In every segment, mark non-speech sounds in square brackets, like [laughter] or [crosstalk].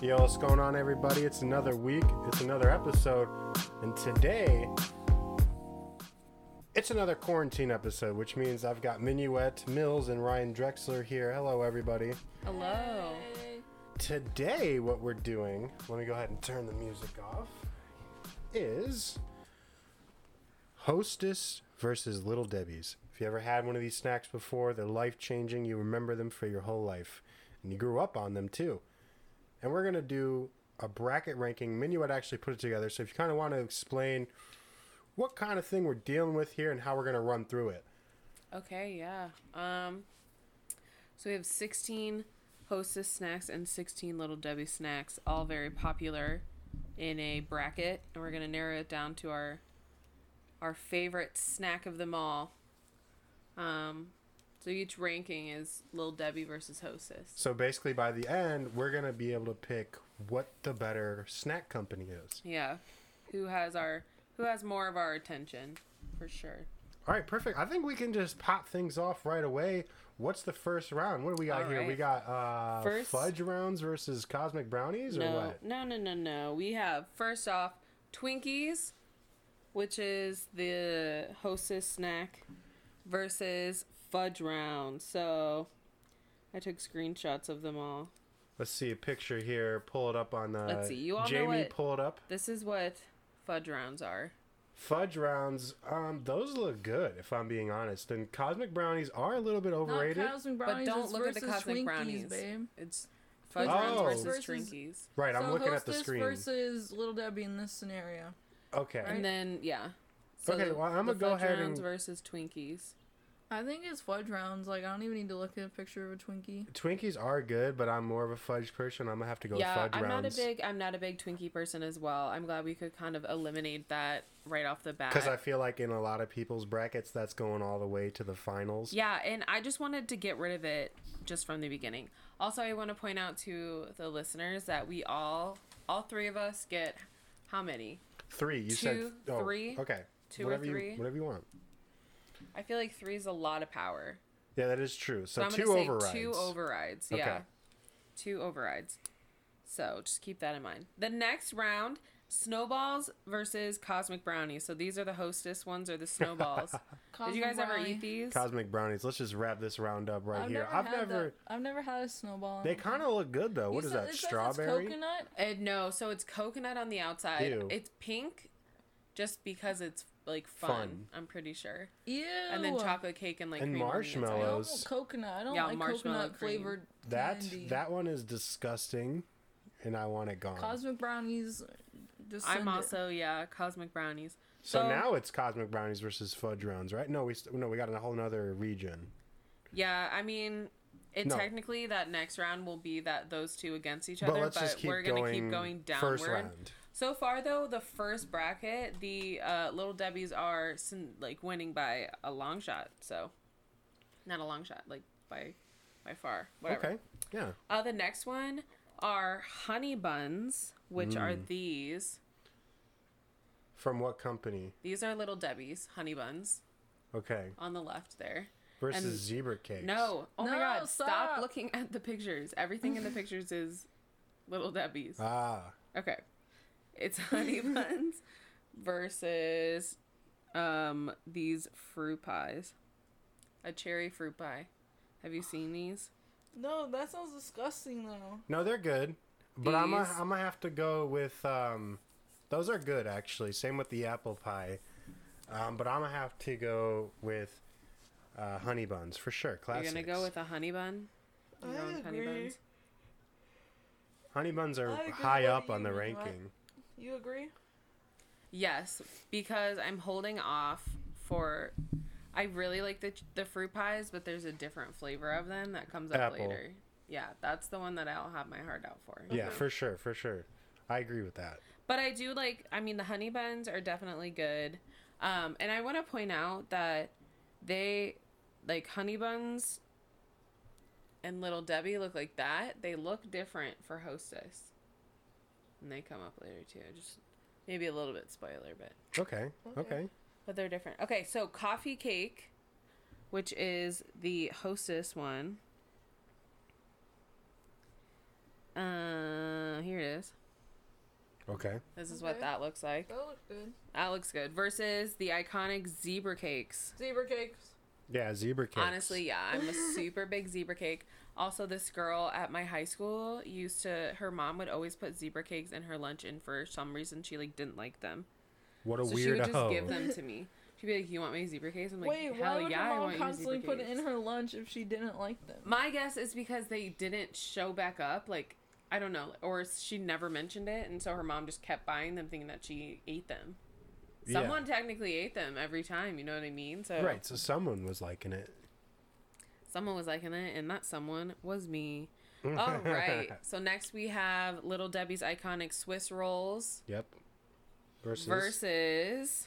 Yo, what's going on, everybody? It's another week, it's another episode, and today it's another quarantine episode, which means I've got Minuet, Mills, and Ryan Drexler here. Hello, everybody. Hello. Today, what we're doing, let me go ahead and turn the music off, is Hostess versus Little Debbie's. If you ever had one of these snacks before, they're life changing. You remember them for your whole life, and you grew up on them too. And we're going to do a bracket ranking. Minuet actually put it together, so if you kind of want to explain what kind of thing we're dealing with here and how we're going to run through it. Okay, yeah. Um so we have 16 Hostess snacks and 16 Little Debbie snacks, all very popular in a bracket, and we're going to narrow it down to our our favorite snack of them all. Um so each ranking is Little Debbie versus Hostess. So basically, by the end, we're going to be able to pick what the better snack company is. Yeah. Who has our who has more of our attention for sure. All right, perfect. I think we can just pop things off right away. What's the first round? What do we got All here? right. We got uh, First- fudge rounds versus cosmic brownies, or No, what? no, no, no, no. We have first off Twinkies, which is the hostess snack, versus fudge round. So I took screenshots of them all. Let's see a picture here. Pull it up on. Uh, Let's see. You all know Jamie, what- pull it up. This is what fudge rounds are. Fudge rounds. Um, those look good, if I'm being honest. And cosmic brownies are a little bit overrated. Not cosmic brownies, but don't it's look at the versus cosmic Twinkies, brownies, babe. It's fudge Fudge rounds Oh. versus, versus- Twinkies, right, I'm so looking at the Hostess screen. versus Little Debbie in this scenario. okay. Right. and then yeah. So Okay, the- well, I'm the gonna go fudge ahead rounds and- versus Twinkies. I think it's fudge rounds. Like I don't even need to look at a picture of a Twinkie. Twinkies are good, but I'm more of a fudge person. I'm gonna have to go yeah, fudge I'm rounds. not a big I'm not a big Twinkie person as well. I'm glad we could kind of eliminate that right off the bat. Because I feel like in a lot of people's brackets, that's going all the way to the finals. Yeah, and I just wanted to get rid of it just from the beginning. Also, I want to point out to the listeners that we all, all three of us, get how many? Three. You said oh, Two, three, Okay. two or whatever three. You, whatever you want. I feel like three is a lot of power. Yeah, that is true. So, So, I'm two going to overrides. say two overrides. Okay. Yeah. Two overrides. So just keep that in mind. The next round snowballs versus cosmic brownies. So these are the hostess ones [laughs] or the snowballs. Did you Cosmic guys ever brownie. eat these? Cosmic brownies. Let's just wrap this round up right I've here. never I've had never. that- I've never had a snowball. Oh They kind of look good though. What is that? Strawberry. coconut. Uh, no, so it's coconut on the outside. Ew. It's pink just because it's like fun, Fun. I'm pretty sure. Ew. And then chocolate cake and like And cream on the inside. I don't marshmallow. want coconut. I don't Yeah, like marshmallow coconut cream. flavored That candy. that one is disgusting, and I want it gone. cosmic brownies. Just I'm send it. also yeah, cosmic brownies. so now it's cosmic brownies versus fudge rounds, right? No, we st- no we got a whole nother region. yeah, I mean it No. technically that next round will be that those two against each But other, let's but just keep we're gonna going. keep going downward. First round. So far though, the first bracket, the uh, little Debbie's are sin- like winning by a long shot. So not a long shot, like by by far. Whatever. Okay. Yeah. Uh, the next one are honey buns, which are these. From what company? These are Little Debbie's honey buns Okay. on the left there. Versus And- zebra cakes. No, oh my No, God! Stop. stop. looking at the pictures. Everything in [laughs] the pictures is Little Debbie's. Ah. Okay, it's [laughs] honey buns versus um these fruit pies, a cherry fruit pie. Have you seen these? No, that sounds disgusting though. No, they're good. But I'm gonna These- I'm gonna have to go with um, those are good actually. Same with the apple pie, um, but I'm gonna have to go with uh, honey buns for sure. Classics. You're gonna go with a honey bun. You're I going with agree. honey buns are I agree high with up on you, the you know ranking. You agree? Yes, because I'm holding off for. I really like the the fruit pies, but there's a different flavor of them that comes up Apple. later. Yeah, that's the one that I'll have my heart out for. Yeah, for sure, for sure. I agree with that. But I do like. I mean, the honey buns are definitely good, um, and I want to point out that they like honey buns and little Debbie look like that. They look different for Hostess, and they come up later too. Just maybe a little bit spoiler, but. Okay, okay. But they're different. Okay, so coffee cake, which is the hostess one, Uh, here it is. Okay. This is Okay. what that looks like. That looks good. That looks good. Versus the iconic zebra cakes. Zebra cakes. Yeah, zebra cakes. Honestly, yeah, I'm a super big zebra cake. Also, this girl at my high school used to. Her mom would always put zebra cakes in her lunch, and for some reason, she like didn't like them. what a So she would weirdo. just give them to me. She'd be like, "You want my zebra cakes?" I'm like, Wait, "Hell why would yeah, her I mom want constantly your zebra put it cakes." in her lunch if she didn't like them? My guess is because they didn't show back up. Like I don't know, or she never mentioned it, and so her mom just kept buying them, thinking that she ate them. Yeah. Someone technically ate them every time. You know what I mean? [laughs] So Right, so someone was liking it. someone was liking it, and that someone [laughs] was me. All Oh, right. So next we have Little Debbie's iconic Swiss rolls Yep. Versus. versus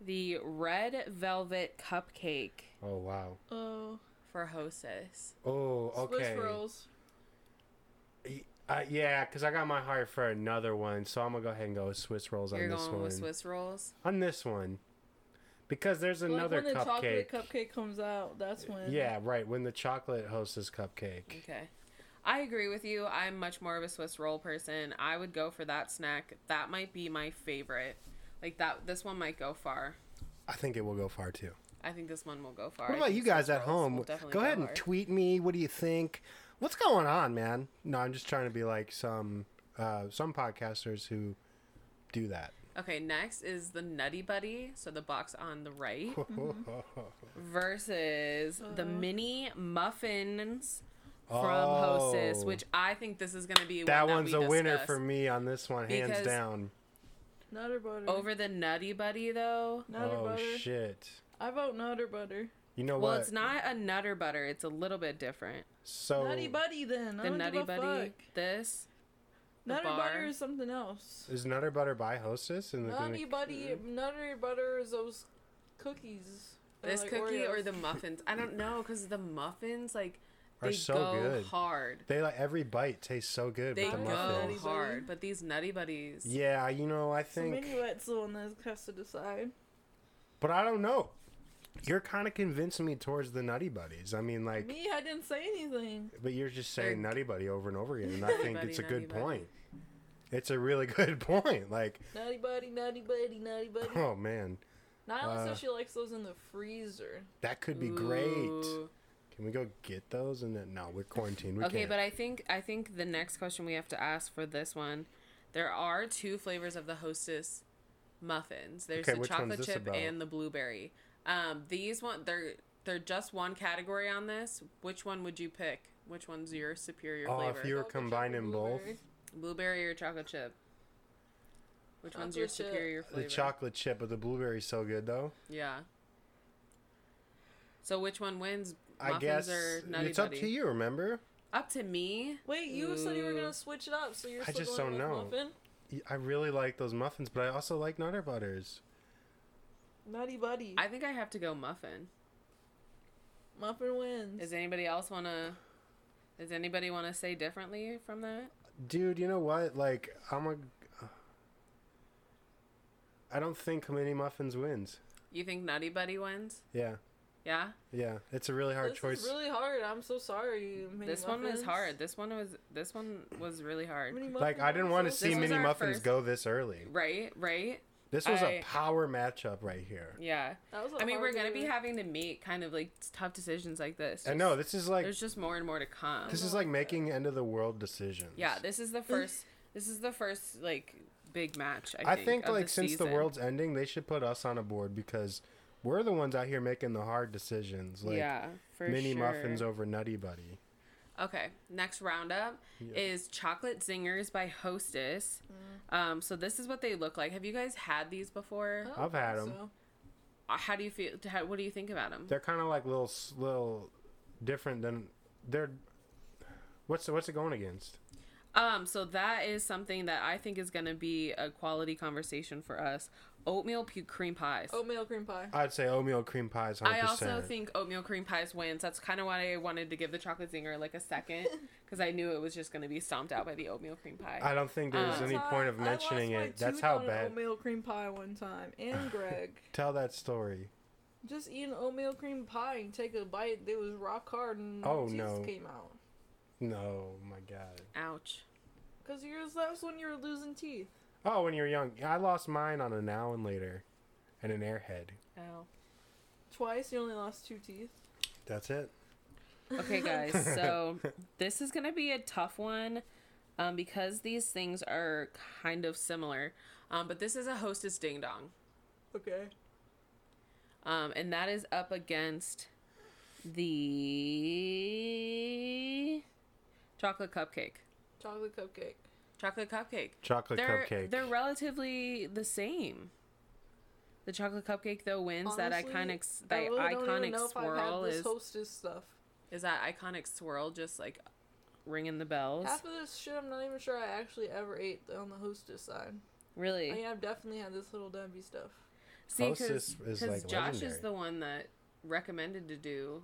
the red velvet cupcake Oh wow. Oh, for Hostess. Oh okay. Swiss rolls. Uh, yeah, because I got my heart for another one, so I'm gonna go ahead and go with Swiss rolls You're on this going one. with Swiss rolls. On this one, because there's Like another when the cupcake. chocolate cupcake comes out, that's when. yeah, right. When the chocolate hostess cupcake. Okay. I agree with you. I'm much more of a Swiss roll person. I would go for that snack. That might be my favorite. Like that this one might go far. I think it will go far too. I think this one will go far. What I about think you guys Swiss at rolls will home? definitely Go ahead and hard. tweet me. What do you think? What's going on, man? No, I'm just trying to be like some uh, some podcasters who do that. [laughs] Okay, next is the Nutty Buddy, so the box on the right, versus the mini muffins from Hostess, Oh. which I think this is going to be that one one's we a winner discussed. for me on this one, hands Because- down. Nutter butter. Over the Nutty Buddy, though. Nutter oh butter. shit! I vote nutter butter. You know Well, what? it's not a Nutter Butter; it's a little bit different. so Nutty buddy then. I The don't Nutty give a Buddy, Fuck. this. the Nutter butter bar. is something else. is Nutter Butter by Hostess and the Nutty buddy, nutter butter is those cookies. They're This uh, like cookie or Oreos. the muffins? I don't know because the muffins like Are they so go good. hard. they like every bite tastes so good They with the go muffins. Nutty Buddy? hard, but these Nutty Buddies. Yeah, you know I So think, maybe that's the one that has to decide. but I don't know. You're kind of convincing me towards the Nutty Buddies. I mean, like, Me, I didn't say anything. but you're just saying They're- Nutty Buddy over and over again, and I think Buddy, it's a Nutty good Buddy. point. It's a really [laughs] good point. Like, Nutty buddy, nutty buddy, [laughs] nutty buddy. oh man, Nyla Uh, says she likes those in the freezer. that could be great. Ooh. Can we go get those? And then no, we're quarantined. We okay, can't. but I think I think the next question we have to ask for this one, there are two flavors of the Hostess muffins. There's Okay, the which one's chocolate this chip about? and the blueberry. Um, these one they're they're just one category on this. Which one would you pick? Which one's your superior Oh, if flavor? you were Chocolate chip or combining both, blueberry? Blueberry or chocolate chip? Which one's your Chocolate chip. superior the flavor? chocolate chip, but the blueberry's so good though. yeah. So which one wins? I Muffins guess or Nutty it's Buddy? up to you. Remember, Up to me. Wait, you said you were Ooh. gonna switch it up, so you're I still just going don't with know. muffin? I really like those muffins, but I also like Nutter Butters. Nutty buddy. I think I have to go muffin. muffin wins. Does anybody else want to? Does anybody want to say differently from that? Dude, you know what? Like, I'm a. I don't think mini muffins wins. You think Nutty Buddy wins? Yeah, Yeah. yeah. It's a really hard this choice. is really hard. I'm so sorry. Mini this one was muffins. hard. This one was. This one was really hard. Mini like, I didn't muffins want to was see This was mini our muffins first- go this early. Right. Right. This was a I- power matchup right here. Yeah. That was a I mean, we're hard gonna be one. having to make kind of like tough decisions like this. I know Just- this is like There's just more and more to come. this is like making end of the world decisions. yeah. This is the first. This is the first like big match. I, I think, think of like since the season. world's ending, they should put us on a board because we're the ones out here making the hard decisions. Like yeah. For mini sure. muffins over Nutty Buddy. Okay, next roundup is chocolate zingers by Hostess. Mm. Um, so this is what they look like. Have you guys had these before? I don't I've had think 'em. so. Uh, How do you feel? How, what do you think about them? Oh. They're kind of like little s- little different than they're. What's what's it going against? Um, so that is something that I think is going to be a quality conversation for us. Oatmeal pu- cream pies. Oatmeal cream pie. I'd say oatmeal cream pies. 100%. I also think oatmeal cream pies wins. That's kind of why I wanted to give the chocolate zinger like a [laughs] second because I knew it was just going to be stomped out by the oatmeal cream pie. I don't think there's Um, any point of I lost mentioning my it. That's tooth how on an bad. Oatmeal cream pie [laughs] one time, and Greg Tell that story. just eating oatmeal cream pie and take a bite. It was rock hard, and Oh, teeth no. came out. No, my God. Ouch. Because yours that's when you were losing teeth. Oh, when you were young, I lost mine on an hour later, and an airhead. [laughs] Ow. Twice, you only lost two teeth. That's it. Okay, guys. So this is gonna be a tough one, um, because these things are kind of similar. Um, but this is a hostess ding dong, Okay. um, and that is up against the chocolate cupcake. Chocolate cupcake. Chocolate cupcake. Chocolate They're cupcake. they're relatively the same. The chocolate cupcake though wins that Honestly, iconic s- I that really don't even iconic know if I've had swirl this is hostess stuff. is that iconic swirl just like ringing the bells. Half of this shit, I'm not even sure I actually ever ate on the hostess side. Really. I mean, I've definitely had this little Debbie stuff. See, Hostess because is, like, Josh is legendary. the one that recommended to do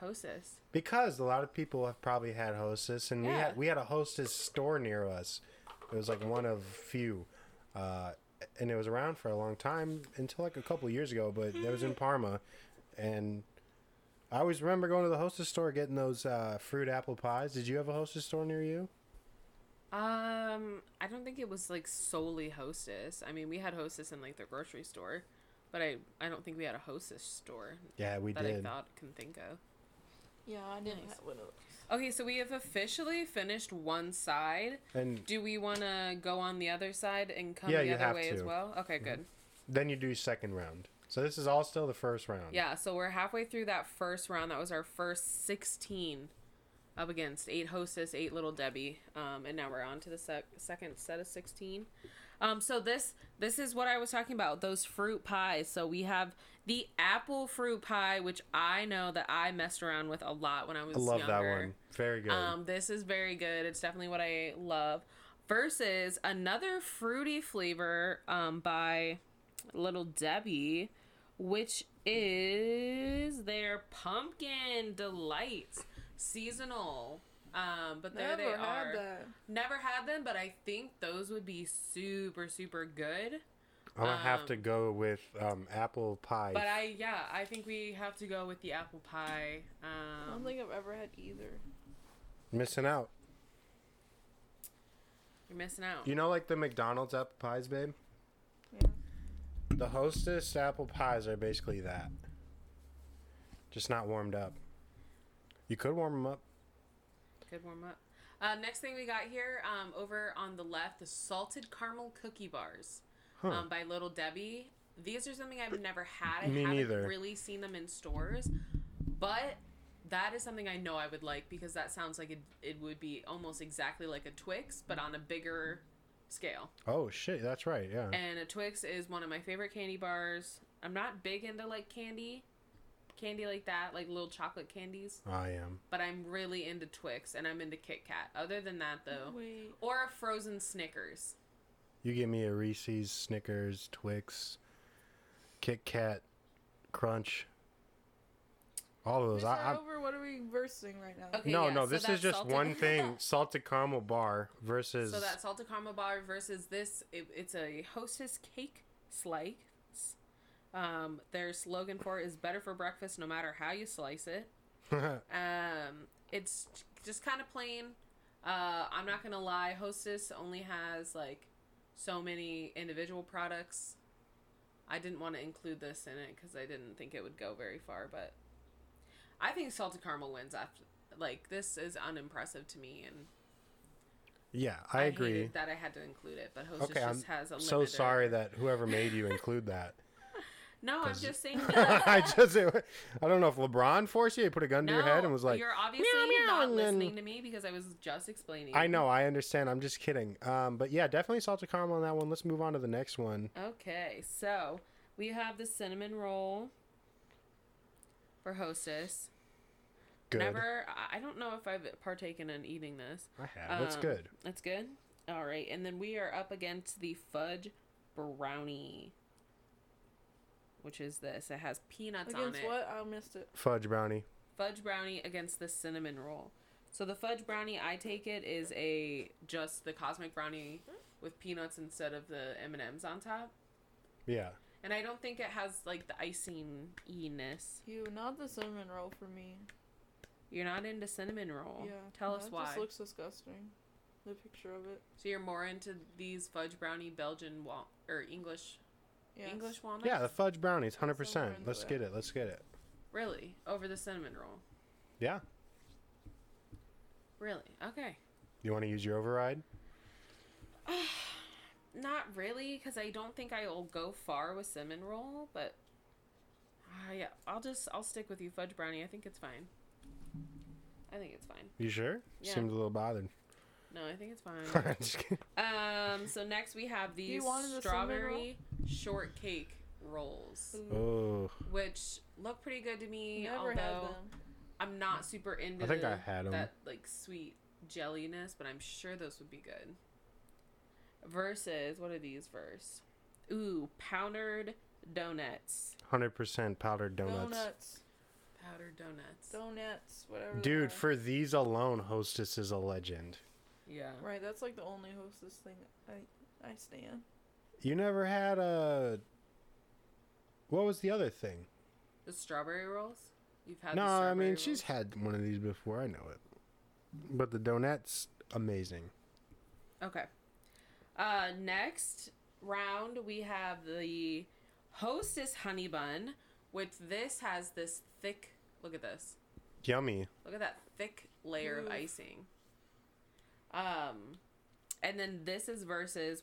Hostess. because a lot of people have probably had hostess, and we Yeah. had we had a hostess store near us. It was like one of few, uh, and it was around for a long time until like a couple of years ago. But that was Hmm. in Parma, and I always remember going to the hostess store getting those uh, fruit apple pies. Did you have a hostess store near you? Um, I don't think it was like solely Hostess. I mean, we had Hostess in like the grocery store, but I I don't think we had a Hostess store Yeah, we that did. I thought can think of. Yeah, I didn't Nice. have one of those. Okay, so we have officially finished one side. And Do we want to go on the other side and come Yeah, the you other have way as to. well? Okay, good. then you do second round. So this is all still the first round. Yeah, so we're halfway through that first round. That was our first 16 up against eight hostess, eight little Debbie. Um, and now we're on to the sec- second set of 16. Um, so this this is what I was talking about, those fruit pies. So we have the apple fruit pie, which I know that I messed around with a lot when I was I love younger. that one. Very good. Um, this is very good. It's definitely what I love. Versus another fruity flavor um, by Little Debbie, which is their pumpkin delights seasonal. Um, but there Never they had are. that. Never had them, but I think those would be super super good. I'm gonna have um, to go with um, apple pie. But I yeah, I think we have to go with the apple pie. Um, I don't think I've ever had either. missing out. you're missing out. You know, like the McDonald's apple pies, babe. Yeah. The Hostess apple pies are basically that, just not warmed up. You could warm them up. Good warm up. Uh, next thing we got here, um, over on the left, the salted caramel cookie bars Huh. um, by Little Debbie. These are something I've never had. I Me haven't neither. really seen them in stores, but that is something I know I would like because that sounds like it, it would be almost exactly like a Twix, but on a bigger scale. oh shit, that's right. Yeah. And a Twix is one of my favorite candy bars. I'm not big into like candy, candy like that, like little chocolate candies I am. but I'm really into Twix and I'm into Kit Kat. Other than that, though, Wait. or a frozen Snickers. You give me a Reese's, Snickers, Twix, Kit Kat, Crunch. All of Is those. I, that I'm, over? What are we versing right now? Okay, no, yeah, no. so This is that's just salted- [laughs] one thing: salted caramel bar versus. So that salted caramel bar versus this, it, it's a Hostess cake slice. Um, their slogan for it is "Better for breakfast, no matter how you slice it." Um, it's just kind of plain. Uh, I'm not gonna lie, Hostess only has like so many individual products. I didn't want to include this in it because I didn't think it would go very far, but I think salted caramel wins. After like this is unimpressive to me, and [laughs] yeah, I, agree. hated that I had to include it. But Hostess Okay, I'm just has a so limiter. sorry that whoever made you include that. No, I'm 'cause- just saying. [laughs] That, I just, I don't know if LeBron forced you. He put a gun to no, your head and was like, "You're obviously meow, meow," not and then- listening to me because I was just explaining." I know, I understand. I'm just kidding. Um, but yeah, definitely salted caramel on that one. Let's move on to the next one. Okay, so we have the cinnamon roll for Hostess. Good. Never, I- I don't know if I've partaken in eating this. I have. Uh, That's Um, good. That's good. All right, and then we are up against the fudge brownie, which is this. It has peanuts on Against it. what? I missed it. Fudge brownie. Fudge brownie against the cinnamon roll. So the fudge brownie, I take it, is a just the cosmic brownie with peanuts instead of the M and M's on top. Yeah. And I don't think it has like the icing ness. You, not the cinnamon roll for me. You're not into cinnamon roll. Yeah. Tell us that why. just looks disgusting. The picture of it. so you're more into these fudge brownie Belgian wal- or English Yes. English walnuts? Yeah, the fudge brownies, hundred percent. Somewhere into Let's it. get it. Let's get it. Really? Over the cinnamon roll. Yeah. Really? Okay. You want to use your override? Not really, because I don't think I'll go far with cinnamon roll, but uh, yeah, I'll just I'll stick with you fudge brownie. I think it's fine. I think it's fine. You sure? Yeah. Seemed a little bothered. [laughs] No, I think it's fine. I'm just kidding. um, so next we have these wanted the cinnamon roll? strawberry shortcake rolls, Ooh, Oh, which look pretty good to me. Never although had them. I'm not super into Mm. I think the- I had 'em. that like sweet jelliness, but I'm sure those would be good. Versus what are these verse? Ooh, powdered donuts. hundred percent powdered donuts. Donuts. Powdered donuts. Donuts. Whatever. they are. Dude, for these alone, Hostess is a legend. yeah. Right, that's like the only hostess thing I I stand. You never had a. What was the other thing? The strawberry rolls? You've had no, the I mean strawberry she's rolls? had one of these before. I know it. But the donuts, amazing. Okay. Uh next round we have the hostess honey bun, which this has this thick look at this. Yummy. Look at that thick layer of Oof. icing. Um, and then this is versus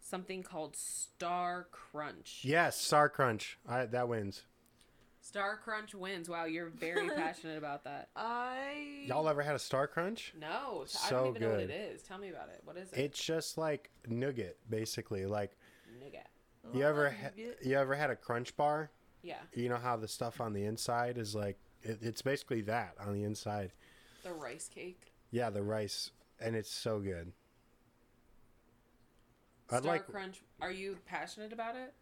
something called Star Crunch. Yes, Star Crunch. I, that wins. Star Crunch wins. Wow, you're [laughs] very passionate about that. I Y'all ever had a Star Crunch? No, t- I So don't even know what it good. is. Tell me about it. What is it? It's just like nougat, basically. Like Nougat. you Oh, ever, ha- Nougat. you ever had a Crunch bar? Yeah, You know how the stuff on the inside is like it, it's basically that on the inside. the rice cake. Yeah, the rice, and it's so good. Star I'd like. Crunch. Are you passionate about it?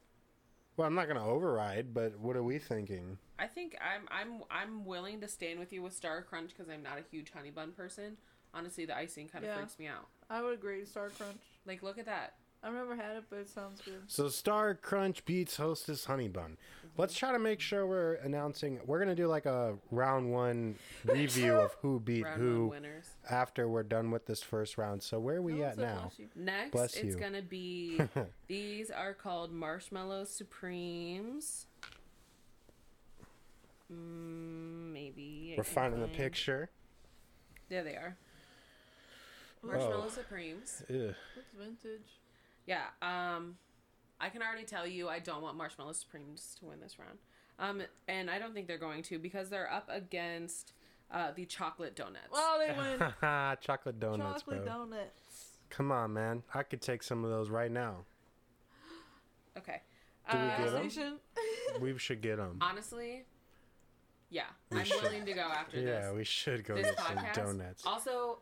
Well, I'm not gonna override, but what are we thinking? I think I'm I'm I'm willing to stand with you with Star Crunch because I'm not a huge honey bun person. Honestly, the icing kind of Yeah. freaks me out. I would agree. Star Crunch. Like, look at that. I've never had it, but it sounds good. So Star Crunch beats Hostess Honey Bun. Let's try to make sure we're announcing. We're gonna do like a round one review of [laughs] who beat Round one who winners. after we're done with this first round. So where are we No, at it's a now? plushie. Next, Bless it's you. [laughs] gonna be these are called Marshmallow Supremes. Mm, maybe I We're can finding the find- picture. There they are. Oh. Ooh, Marshmallow Supremes. Ugh. Looks vintage. Yeah. Um, I can already tell you I don't want Marshmallow Supremes to win this round. Um, and I don't think they're going to because they're up against uh, the chocolate donuts. Well, they [laughs] win. [laughs] Chocolate donuts, Chocolate bro. donuts. Come on, man. I could take some of those right now. okay. Do we Uh, get 'em? Station. [laughs] We should get them. honestly, yeah, We I'm should. willing to go after this. Yeah, we should go this get some podcast. donuts. Also,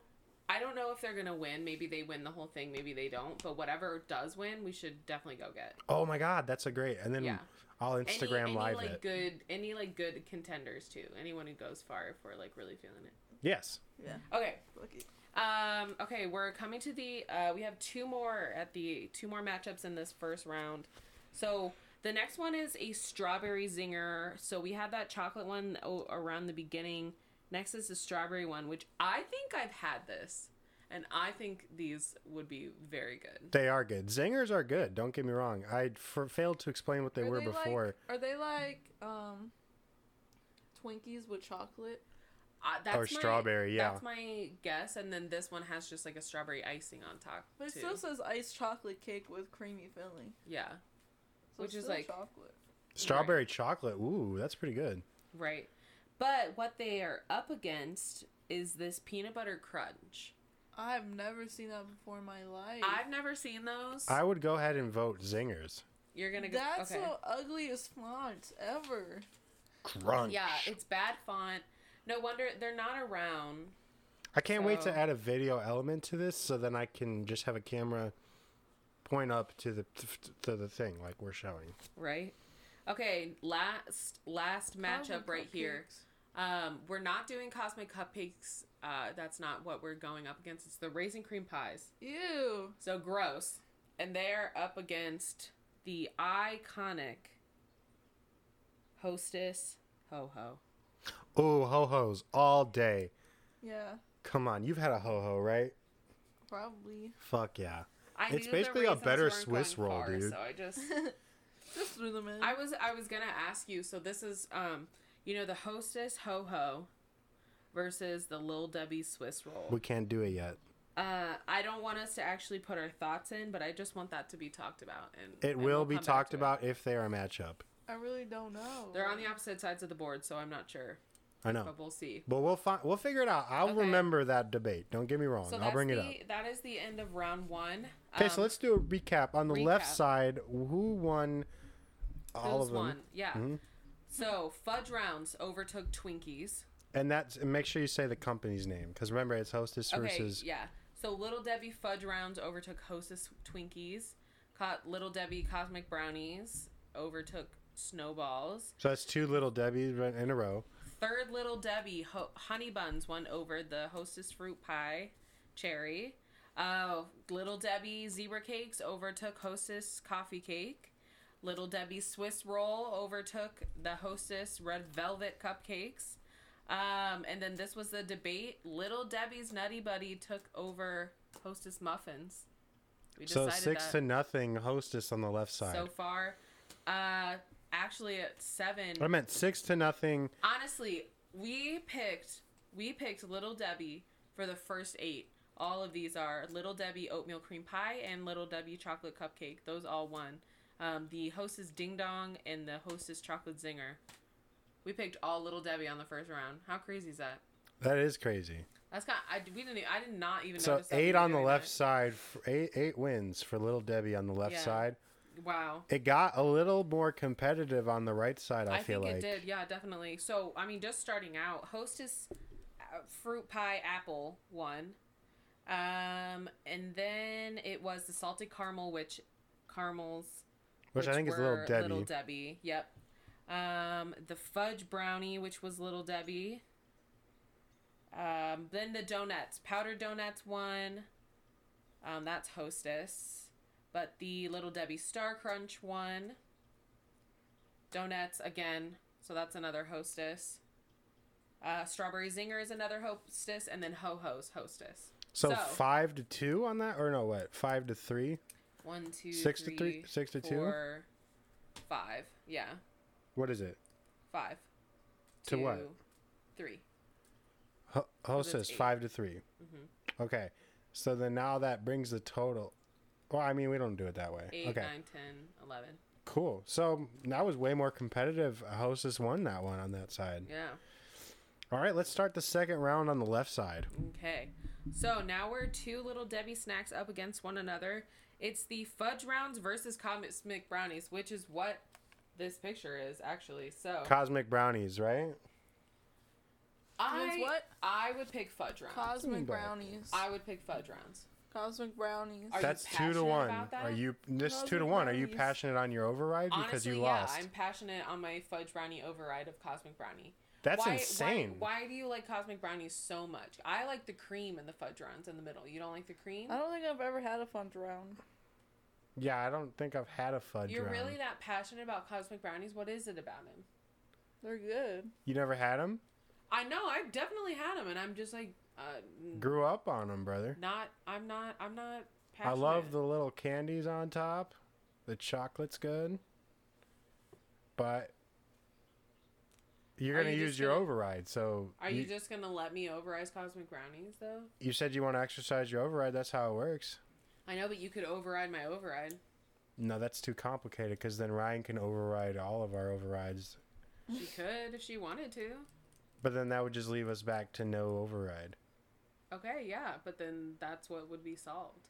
I don't know if they're gonna win. Maybe they win the whole thing. Maybe they don't. But whatever does win, we should definitely go get. Oh my god, that's a great. And then Yeah. I'll Any- Instagram any, live like it. good, any like good contenders too. Anyone who goes far if we're like really feeling it. Yes. Yeah. Okay. Look it. Um. Okay, we're coming to the. Uh, we have two more at the two more matchups in this first round. So the next one is a strawberry zinger. So we had that chocolate one o- around the beginning. Next is the strawberry one, which I think I've had this, and I think these would be very good. They are good. Zingers are good. Don't get me wrong. I for, failed to explain what they Are were they before. Like, are they like um Twinkies with chocolate? Uh, that's Or my, strawberry, yeah. That's my guess, and then this one has just like a strawberry icing on top But it too. still says iced chocolate cake with creamy filling. yeah, So Which it's is still like- chocolate. Strawberry chocolate. Ooh, that's pretty good. right. But what they are up against is this peanut butter crunch. I've never seen that before in my life. I've never seen those. I would go ahead and vote zingers. You're gonna go. That's okay. the ugliest font ever. Crunch. Yeah, it's bad font. No wonder they're not around. I can't wait so- to add a video element to this, so then I can just have a camera point up to the to the thing like we're showing. Right. Okay. Last last matchup Cosmic right here. cupcakes. Um, we're not doing cosmic cupcakes. Uh, that's not what we're going up against. It's the raisin cream pies. Ew. So gross. And they're up against the iconic hostess ho ho. Oh, ho hos all day. Yeah, Come on, you've had a ho ho, right? probably. [laughs] Fuck yeah. I It's knew the basically a raisins better weren't Swiss going roll, far, dude. So I just Just threw them in. I was I was gonna ask you. So this is um you know the Hostess Ho Ho versus the Lil Debbie Swiss roll. We can't do it yet. Uh, I don't want us to actually put our thoughts in, but I just want that to be talked about. And It and will we'll be come back talked to it. about if they are a matchup. I really don't know. They're on the opposite sides of the board, so I'm not sure, I know. but we'll see. But we'll find we'll figure it out. I'll Okay. remember that debate. Don't get me wrong. So I'll that's bring the it up. that is the end of round one. Um, Okay, so let's do a recap. On the left recap. side, who won all those of them? Mm-hmm. One. Yeah. So fudge rounds overtook Twinkies. And that's and make sure you say the company's name because remember it's Hostess versus Okay, yeah. So Little Debbie Fudge Rounds overtook Hostess Twinkies. Caught Little Debbie Cosmic Brownies overtook Snowballs. So that's two little Debbie's right in a row. Third Little Debbie ho- Honey Buns won over the Hostess Fruit Pie Cherry. Uh, Little Debbie Zebra Cakes overtook Hostess Coffee Cake. Little Debbie Swiss Roll overtook the Hostess Red Velvet Cupcakes. Um, and then this was the debate. Little Debbie's Nutty Buddy took over Hostess Muffins. We So six to nothing Hostess on the left side. so far. Uh, actually, at seven. I meant six to nothing. Honestly, we picked we picked Little Debbie for the first eight. All of these are Little Debbie oatmeal cream pie and Little Debbie chocolate cupcake. Those all won. Um, the hostess ding dong and the hostess chocolate zinger. We picked all Little Debbie on the first round. How crazy is that? That is crazy. That's kind. I we didn't. e, I did not even. So notice that we eight were on the doing left that. side, f- eight eight wins for little Debbie on the left Yeah. side. Wow. It got a little more competitive on the right side. I, I, feel think like it did. Yeah, definitely. So, I mean, just starting out, Hostess uh, fruit pie apple one, um, and then it was the salted caramel, which caramels, which, I think is little were Debbie. Little Debbie. Yep. Um, the fudge brownie, which was little Debbie. Um, then the donuts, powdered donuts one. Um, that's Hostess, but the little Debbie Star Crunch one. Donuts again, so that's another Hostess. Uh, Strawberry Zinger is another Hostess, and then Ho Ho's Hostess. so, so- five to two on that, or no? What five to three? One, two, Six to three- three, six to two? four, five. Yeah, What is it? five. To two, what? Three. Ho- hostess eight. Mm-hmm. five to 3 Okay, so then now that brings the total. Well, I mean, we don't do it that way. Eight, okay, nine, ten, eleven. cool. So that was way more competitive. Hostess won that one on that side. Yeah. All right, let's start the second round on the left side. Oh. Okay. So now we're two little Debbie snacks up against one another. It's the fudge rounds versus cosmic brownies, which is what this picture is actually. So Cosmic brownies, right? I Means what? I would pick fudge rounds. Hmm, Cosmic but- brownies. I would pick fudge rounds. Cosmic brownies. Are you That's two to passionate one. about that? Are you this two Cosmic to one? Are you brownies. passionate on your override because Honestly, you lost? yeah, I'm passionate on my fudge brownie override of cosmic brownie. That's insane. Why, do you like cosmic brownies so much? I like the cream and the fudge rounds in the middle. You don't like the cream? I don't think I've ever had a fun round. yeah, I don't think I've had a fudge You're round. really that passionate about cosmic brownies. What is it about them? They're good. You never had them? I know I've definitely had them, and I'm just like, uh, n- Grew up on them, brother. not. I'm not. I'm not. I Passionate. love the little candies on top. The chocolate's good. But you're Are going to you just use your gonna- override. So Are you, just gonna let me overize cosmic brownies though? you said you want to exercise your override. That's how it works. I know, but you could override my override. No, that's too complicated because then Ryan can override all of our overrides. She [laughs] could if she wanted to. But then that would just leave us back to no [laughs] override. Okay, yeah, but then that's what would be solved.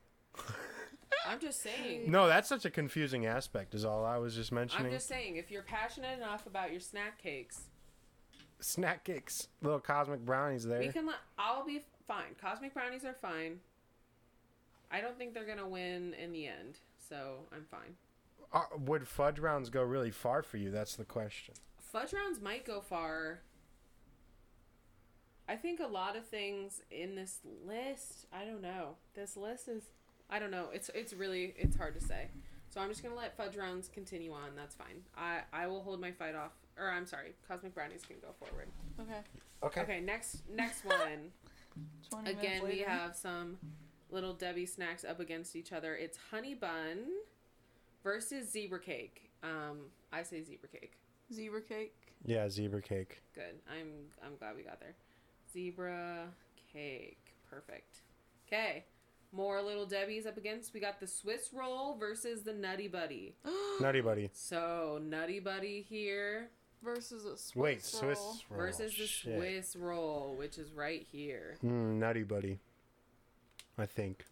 I'm [laughs] just saying. No, that's such a confusing aspect, is all I was just I'm mentioning. just saying, if you're passionate enough about your snack cakes, Snack kicks, little cosmic brownies there. we can let. I'll be fine. Cosmic brownies are fine. I don't think they're gonna win in the end, so I'm fine. Uh, would fudge rounds go really far for you? That's the question. fudge rounds might go far. I think a lot of things in this list, I don't know. This list is I don't know. It's it's really it's hard to say. So I'm just gonna let fudge rounds continue on. That's fine. I I will hold my fight off. Or I'm sorry, cosmic brownies can go forward. Okay. Okay. Okay, next next [laughs] one. 20 Again, minutes later. we have some little Debbie snacks up against each other. It's honey bun versus zebra cake. Um, I say zebra cake. zebra cake. Yeah, zebra cake. Good. I'm I'm glad we got there. Zebra cake. Perfect. Okay. More little Debbie's up against. We got the Swiss roll versus the Nutty Buddy. Nutty buddy. So Nutty Buddy here Versus a Swiss Wait, Swiss roll. roll. versus the Shit. Swiss roll, which is right here. Mm, nutty buddy. I think.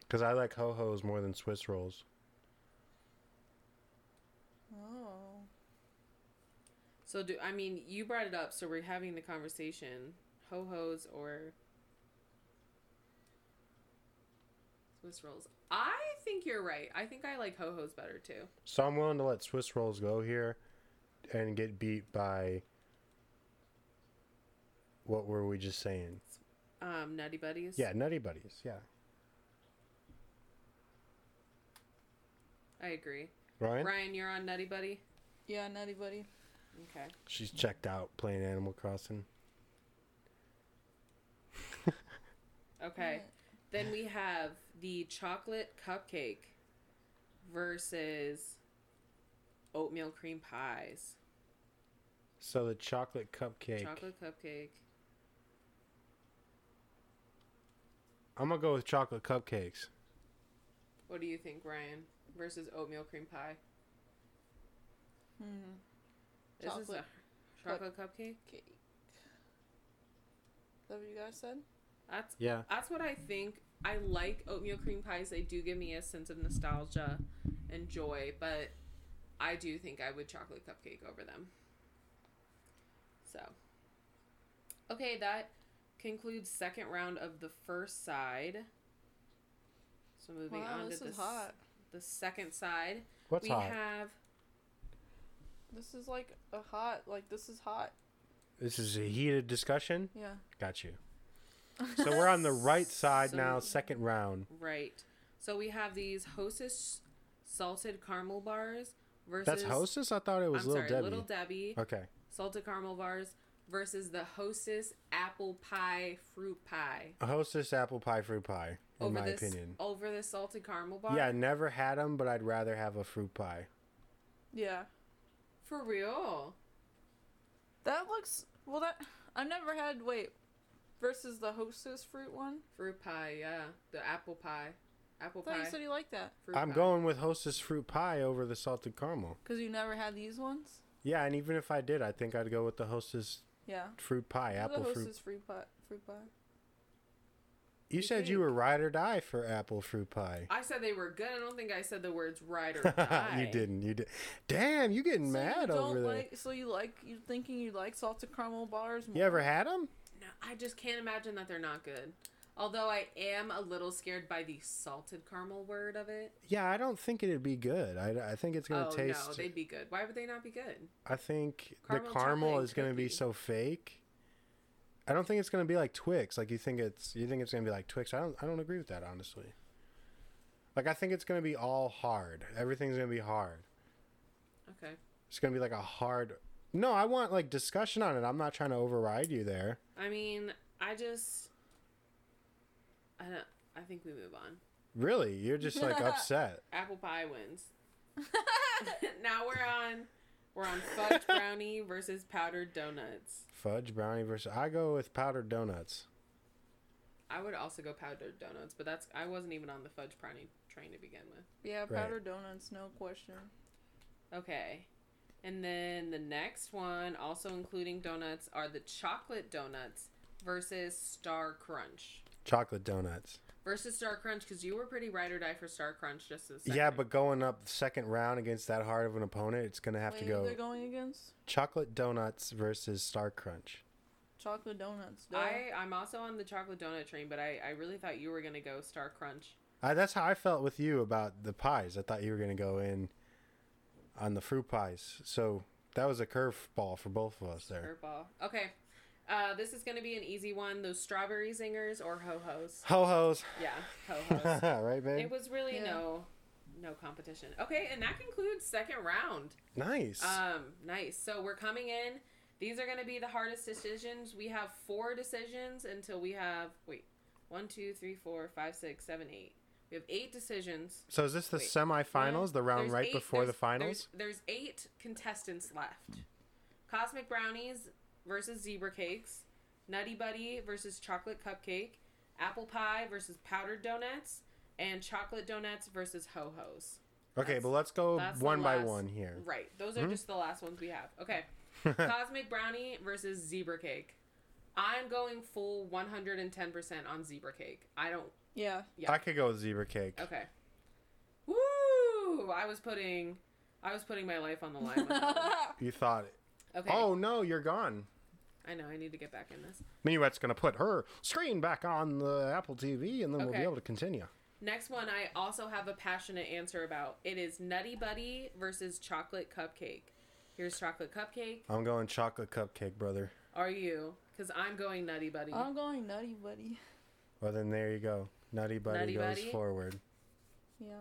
Because I like ho hos more than Swiss rolls. Oh. So do I mean you brought it up, so we're having the conversation. Ho hos or Swiss rolls. I think you're right. I think I like ho hos better too. So I'm willing to let Swiss rolls go here and get beat by. What were we just saying? Um, Nutty Buddies. Yeah, Nutty Buddies. Yeah. I agree. Ryan? Ryan, you're on Nutty Buddy. Yeah, nutty buddy. Okay. She's checked out playing Animal Crossing. Okay. Then we have the chocolate cupcake versus oatmeal cream pies. So the chocolate cupcake. Chocolate cupcake. I'm gonna go with chocolate cupcakes. What do you think, Ryan? Versus oatmeal cream pie. Hmm. This is a Chocolate chocolate cupcake. Cake. Is that what you guys said? That's Yeah. that's what I think. I like oatmeal cream pies. They do give me a sense of nostalgia and joy, but I do think I would chocolate cupcake over them. So, okay, that concludes second round of the first side. So moving wow, on this to the, is s- hot. the second side, What's we hot? have This is like a hot, like this is hot. this is a heated discussion. Yeah. Got you. So we're [laughs] on the right side So- now, second round. right. So we have these Hostess salted caramel bars versus That's Hostess? I thought it was I'm Little sorry, Debbie. Little Debbie. okay. salted caramel bars versus the Hostess apple pie fruit pie. A Hostess apple pie fruit pie, in my this, opinion. over the salted caramel bar. Yeah, I never had them, but I'd rather have a fruit pie. Yeah. for real. That looks well. That I've never had. Wait, versus the hostess fruit one. Fruit pie, yeah, the apple pie, apple I thought pie. you said you liked that fruit I'm pie. going with Hostess fruit pie over the salted caramel. because you never had these ones. Yeah, and even if I did, I think I'd go with the Hostess Yeah. fruit pie, Or apple the fruit. hostess fruit pie. Fruit pie. You you said you think? were ride or die for apple fruit pie. I said they were good. I don't think I said the words right or die. [laughs] you didn't. You did. Damn, you getting So you mad don't over there. like. So you like you thinking you like salted caramel bars? More? You ever had them? No, I just can't imagine that they're not good. Although I am a little scared by the salted caramel word of it. Yeah, I don't think it'd be good. I, I think it's gonna oh taste. no, they'd be good. Why would they not be good? I think Caramel the caramel chocolate is gonna be cookie. so fake. I don't think it's gonna be like Twix. Like you think it's you think it's gonna be like Twix. I don't I don't agree with that honestly. Like I think it's gonna be all hard. Everything's gonna be hard. Okay. It's gonna be like a hard. No, I want like discussion on it. I'm not trying to override you there. I mean, I just, I don't. I think we move on. Really, you're just [laughs] like upset. Apple pie wins. [laughs] now we're on, we're on fudge brownie versus powdered donuts. Fudge brownie versus I go with powdered donuts. I would also go powdered donuts, but that's I wasn't even on the fudge brownie train to begin with. [laughs] Yeah, Right. powdered donuts, no question. Okay. And then the next one, also including donuts, are the chocolate donuts versus Star Crunch. Chocolate donuts. Versus Star Crunch, because you were pretty ride or die for Star Crunch just as Yeah, but going up second round against that hard of an opponent, it's gonna have Wait, to who go They're going against chocolate donuts versus Star Crunch. chocolate donuts. duh. I, I'm also on the chocolate donut train, but I, I really thought you were gonna go Star Crunch. I, that's how I felt with you about the pies. I thought you were gonna go in on the fruit pies, so that was a curveball for both of us there. Curveball. Okay. Uh, this is going to be an easy one. Those strawberry zingers or ho hos. Ho hos. Yeah, ho [laughs] hos. right, it babe? was really Yeah. no, no competition. Okay, and that concludes second round. Nice. Um, nice. So we're coming in. These are going to be the hardest decisions. We have four decisions until we have wait, one, two, three, four, five, six, seven, eight. We have eight decisions. so is this the wait. semifinals, the round There's right eight- before the there's- finals? There's, there's eight contestants left. Cosmic brownies versus zebra cakes, Nutty Buddy versus chocolate cupcake, apple pie versus powdered donuts, and chocolate donuts versus ho hos. okay, that's- but let's go that's the one by last- one here. Right. Those are Mm-hmm. just the last ones we have. [laughs] Okay. Cosmic brownie versus zebra cake. I'm going full 110% on zebra cake. I don't. Yeah. Yeah. I could go with zebra cake. Okay. Woo! I was putting, I was putting my life on the line. With that one. [laughs] You thought, Okay. oh no, you're gone. I know. I need to get back in this. Minuet's gonna put her screen back on the Apple TV, and then we'll be Okay. able to continue. Next one, I also have a passionate answer about. It is Nutty Buddy versus Chocolate Cupcake. Here's Chocolate Cupcake. I'm going chocolate cupcake, brother. Are you? Because I'm going Nutty Buddy. I'm going nutty, buddy. [laughs] Well, then there you go. Nutty Buddy Nutty goes Buddy? forward Yeah.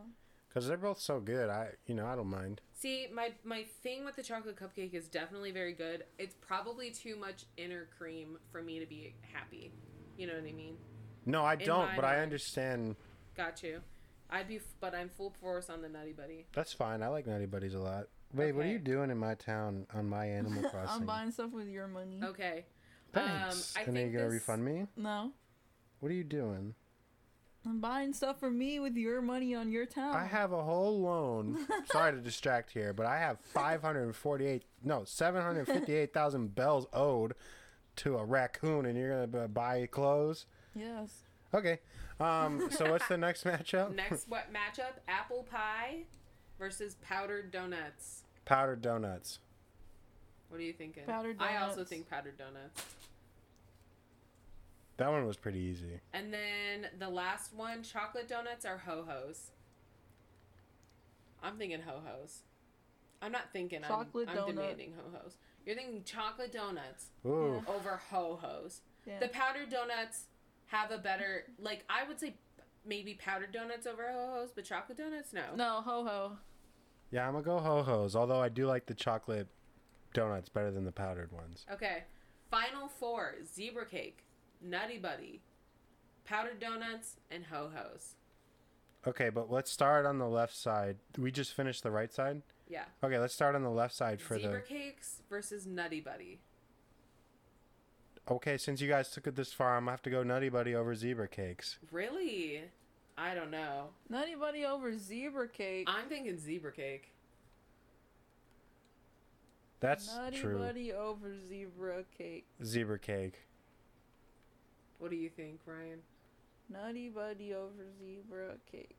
because they're both so good. I, you know, I don't mind. See, my my thing with the chocolate cupcake is definitely very good. It's probably too much inner cream for me to be happy. You know what I mean? No, I don't. my But I mind. understand. Got you. I'd be, f- but I'm full force on the Nutty Buddy. That's fine. I like Nutty Buddies a lot. Wait, what are Okay. you doing in my town on my Animal Crossing? [laughs] I'm buying stuff with your money. Okay. Thanks. Um, I and are you think gonna this- refund me? No. What are you doing? I'm buying stuff for me with your money on your town. I have a whole loan. Sorry to distract here, but I have 548, no, 758,000 bells owed to a raccoon, and you're going to buy clothes? Yes. Okay. Um, so what's the next matchup? Next what matchup? Apple pie versus powdered donuts. Powdered donuts. What are you thinking? Powdered I also donuts. think powdered donuts. That one was pretty easy. And then the last one, chocolate donuts are ho hos. I'm thinking ho hos. I'm not thinking. Chocolate I'm, I'm donut. demanding ho hos. You're thinking chocolate donuts Ooh. over ho hos. Yeah. The powdered donuts have a better, like I would say, maybe powdered donuts over ho hos, but chocolate donuts no. no, ho ho. Yeah, I'm going to go ho-hos, although I do like the chocolate donuts better than the powdered ones. Okay, final four: zebra cake, nutty buddy, powdered donuts, and ho hos. Okay, but let's start on the left side. We just finished the right side? Yeah, Okay, let's start on the left side for zebra the... cakes versus nutty buddy. Okay, since you guys took it this far, I'm gonna have to go Nutty Buddy over Zebra Cakes. Really? I don't know. Nutty buddy over zebra cake. I'm thinking zebra cake. That's Nutty true. buddy over zebra cake. Zebra Cake. What do you think, Ryan? Nutty buddy over zebra cake.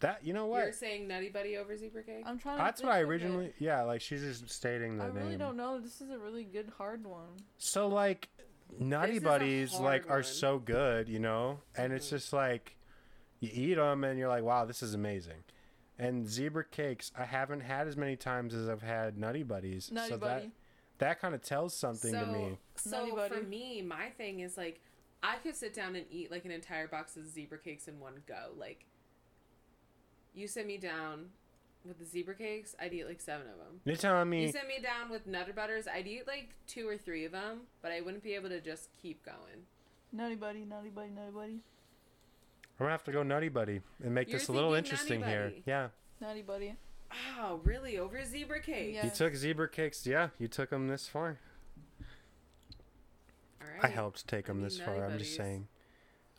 That you know what? You're saying Nutty Buddy over zebra cake? I'm trying. To That's think what I of it. originally. Yeah, like she's just stating the I name. really don't know. This is a really good hard one. So like, Nutty This is a Buddies hard like are one. Mm-hmm. so good, you know, and it's just like, you eat them and you're like, wow, this is amazing. And zebra cakes, I haven't had as many times as I've had Nutty Buddies. Nutty so buddy. that that kind of tells something so, to me. So Nutty Buddy. for me, my thing is like, I could sit down and eat like an entire box of zebra cakes in one go. Like, you sit me down with the zebra cakes, I'd eat like seven of them. You're telling You me sit me down with Nutter Butters, I'd eat like two or three of them, but I wouldn't be able to just keep going. Nutty buddy, nutty buddy, nutty buddy, I'm gonna have to go Nutty Buddy and make You're this a little thinking Nutty interesting here. Buddy. Yeah. nutty buddy. Oh, really? Over zebra cake? Yeah. You took zebra cakes, yeah. You took them this far. All right. I helped take I them mean, this far. Nutty I'm just Buddies. saying.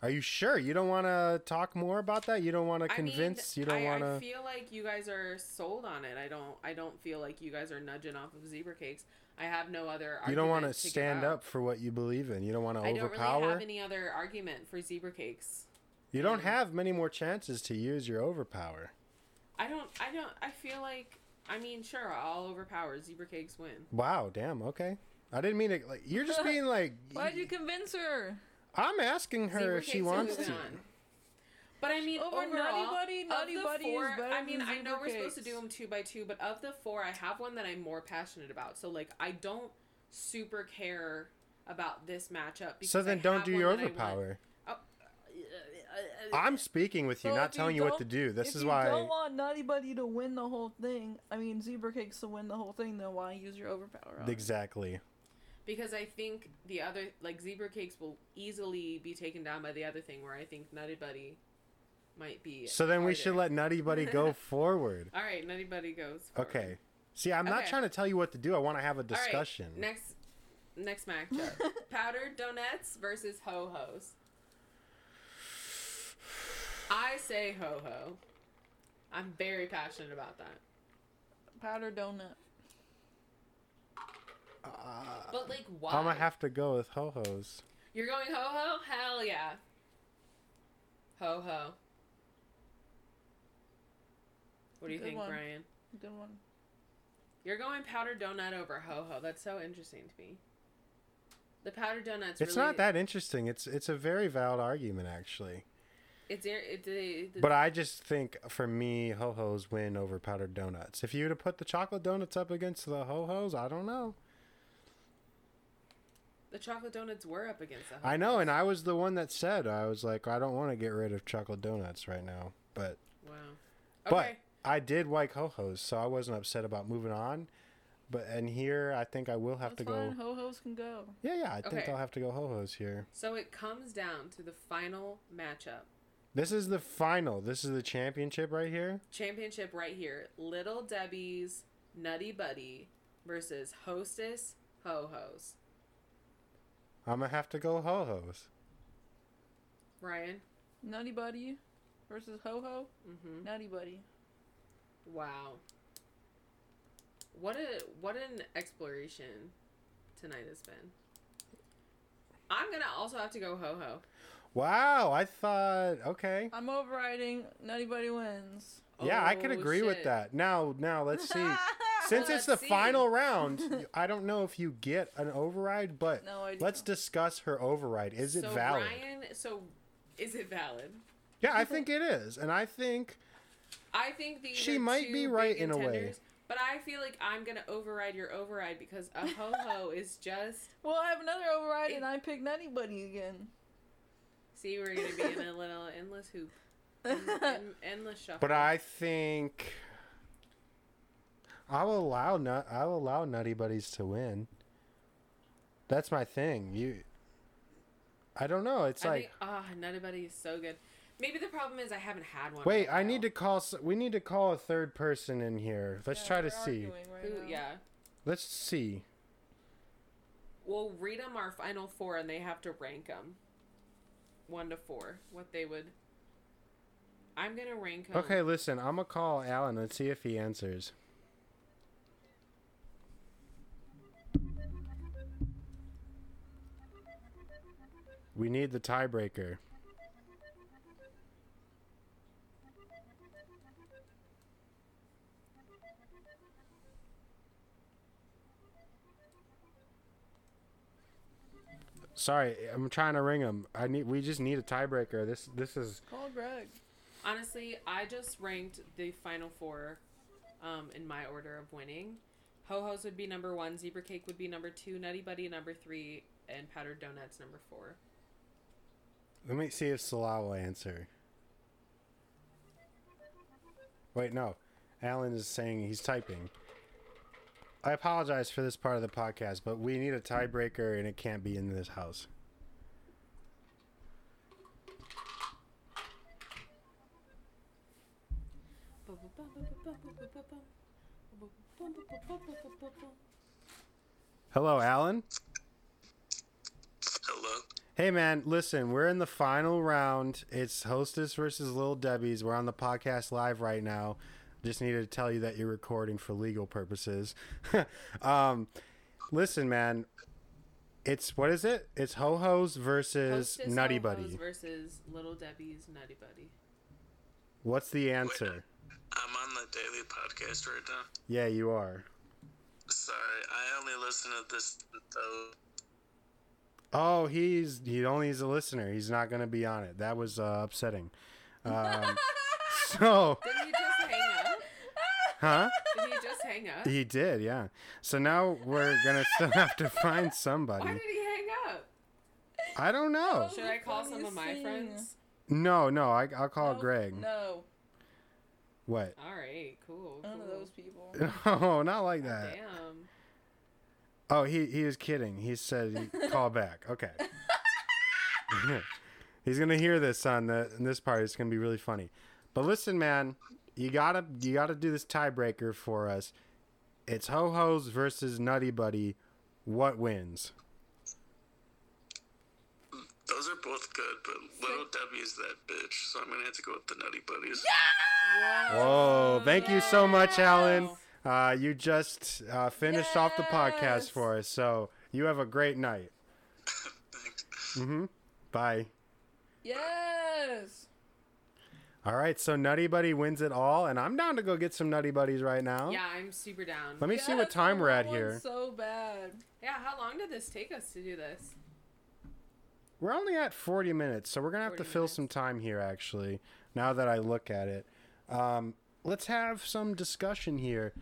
Are you sure you don't want to talk more about that? You don't want to I mean, convince. I- you don't I want to. feel like you guys are sold on it. I don't. I don't feel like you guys are nudging off of zebra cakes. I have no other. You don't argument want to to give stand out. up for what you believe in. You don't want to I don't overpower. really have any other argument for zebra cakes. you don't Mm. have many more chances to use your overpower. I don't. I don't. I feel like. I mean, sure, I'll overpower zebra cakes. Win. Wow, damn. Okay. I didn't mean it. Like you're [laughs] just being like. Why'd you convince her? I'm asking her Zebra if she cakes are wants moving to. on. But I mean, Over Nutty overall, Buddy, of Nutty the Buddy is four, better I mean, than I know Zebra we're supposed to do Cakes. them two by two, but of the four, I have one that I'm more passionate about. So like, I don't super care about this matchup. So then I don't have do one your that I want. overpower. Oh, uh, uh, uh, I'm speaking with you, So not if telling you what to don't- do. This if is you why. don't want Naughty Buddy to win the whole thing, I mean Zebra Cakes to win the whole thing, then why use your overpower? On? it? Exactly. because I think the other like zebra cakes will easily be taken down by the other thing where I think Nutty Buddy might be. So then we should harder. let Nutty Buddy [laughs] go forward. All right, Nutty Buddy goes. forward. Okay. See, I'm not Okay. trying to tell you what to do. I want to have a All right, discussion. next, next matchup: [laughs] powdered donuts versus ho hos. I say ho ho. I'm very passionate about that. Powder donut. But like, why? I'm gonna Uh, have to go with ho hos. You're going ho ho? Hell yeah. Ho ho. What do you Good think, one. Brian? Good one. You're going powdered donut over ho ho. That's so interesting to me. The powdered donuts. It's really, not that interesting. It's it's a very valid argument actually. It's ir- it, the, the, But I just think for me, ho hos win over powdered donuts. If you were to put the chocolate donuts up against the ho hos, I don't know. the chocolate donuts were up against the. Ho-Hos. I know, and I was the one that said I was like, I don't want to get rid of chocolate donuts right now, but Wow. but Okay. I did like ho hos, so I wasn't upset about moving on. But and here, I think I will have That's to fine. go. Ho hos can go. Yeah, yeah, I think Okay. I'll have to go ho hos here. so it comes down to the final matchup. This is the final. This is the championship right here. championship right here Little Debbie's Nutty Buddy versus Hostess Ho Ho's. I'm gonna have to go ho hos. Ryan? Nutty Buddy versus Ho Ho. Mm-hmm. Nutty Buddy. Wow. What a what an exploration tonight has been. I'm gonna also have to go ho ho. Wow, I thought okay. I'm overriding. Nutty Buddy wins. yeah, I could Oh, agree with shit. that. Now, now let's [laughs] see. Since it's Let's the see. final round, [laughs] y- I don't know if you get an override, but [laughs] No, I let's don't. discuss her override. Is it so valid? Ryan, so is it valid? Yeah, I think it is, and I think I think the She the might two be big right in a way. contenders, But I feel like I'm gonna override your override because a ho [laughs] ho is just Well, I have another override, and I pick Nutty Buddy again. See, we're gonna be in a little endless [laughs] hoop, en- en- endless shuffle. But I think I'll allow nut. I'll allow Nutty Buddies to win. That's my thing. You, I don't know. It's I like think, ah, Nutty Buddy is so good. Maybe the problem is I haven't had one. in a wait. I while. need to call. s- We need to call a third person in here. [laughs] Let's Yeah, try we're to see. arguing right Who- now. yeah, Let's see. we'll read them our final four, and they have to rank them, one to four. What they would. I'm gonna rank them. Okay, listen. I'm gonna call Alan and see if he answers. We need the tiebreaker. Sorry, I'm trying to ring him. I need. We just need a tiebreaker. This. This is. Call Greg. Honestly, I just ranked the final four, um, in my order of winning. Ho Ho's would be number one. Zebra Cake would be number two. Nutty Buddy number three, and Powdered Donuts number four. Let me see if Salah will answer. Wait, no. Alan is saying he's typing. I apologize for this part of the podcast, but we need a tiebreaker and it can't be in this house. Hello, Alan. Hello. Hey, man, listen, we're in the final round. It's Hostess versus Little Debbie's. We're on the podcast live right now. Just needed to tell you that you're recording for legal purposes. [laughs] um, listen, man, it's what is it? It's Ho Ho's versus Hostess Nutty Ho Buddy. Ho's versus Little Debbie's Nutty Buddy. What's the answer? I'm on the daily podcast right now. Yeah, you are. Sorry, I only listen to this though. Oh, he's he only is a listener. He's not going to be on it. That was uh, upsetting. Um, so Didn't you just hang up? Huh? Did he just hang up? He did, yeah. So now we're gonna [laughs] still have to find Why somebody. did he hang up? I don't know. Should I call funniest some of my thing. friends? No, no, I, I'll call No, Greg. No, What? [laughs] All right, cool. none of cool. those people. No, not like that. Damn. Oh, he he was kidding. He said [laughs] he'd call back. Okay. [laughs] he's gonna hear this on the in this part. It's gonna be really funny. But listen, man, you gotta you gotta do this tiebreaker for us. It's Ho Ho's versus Nutty Buddy. What wins? Those are both good, but Little Debbie's that bitch, so I'm gonna have to go with the Nutty Buddies. Whoa! Thank you so much, Alan. Yes. Uh, you just uh, finished off the podcast Yes. for us. So you have a great night. Thanks. Bye. Yes. All right, so Nutty Buddy wins it all, and I'm down to go get some Nutty Buddies right now. Yeah, I'm super down. Let me see what Yes, time I we're want at one here. So bad. Yeah, how long did this take us to do this? We're only at 40 minutes, so we're going to have to 40 fill minutes. some time here, actually, now that I look at it. Um, let's have some discussion here.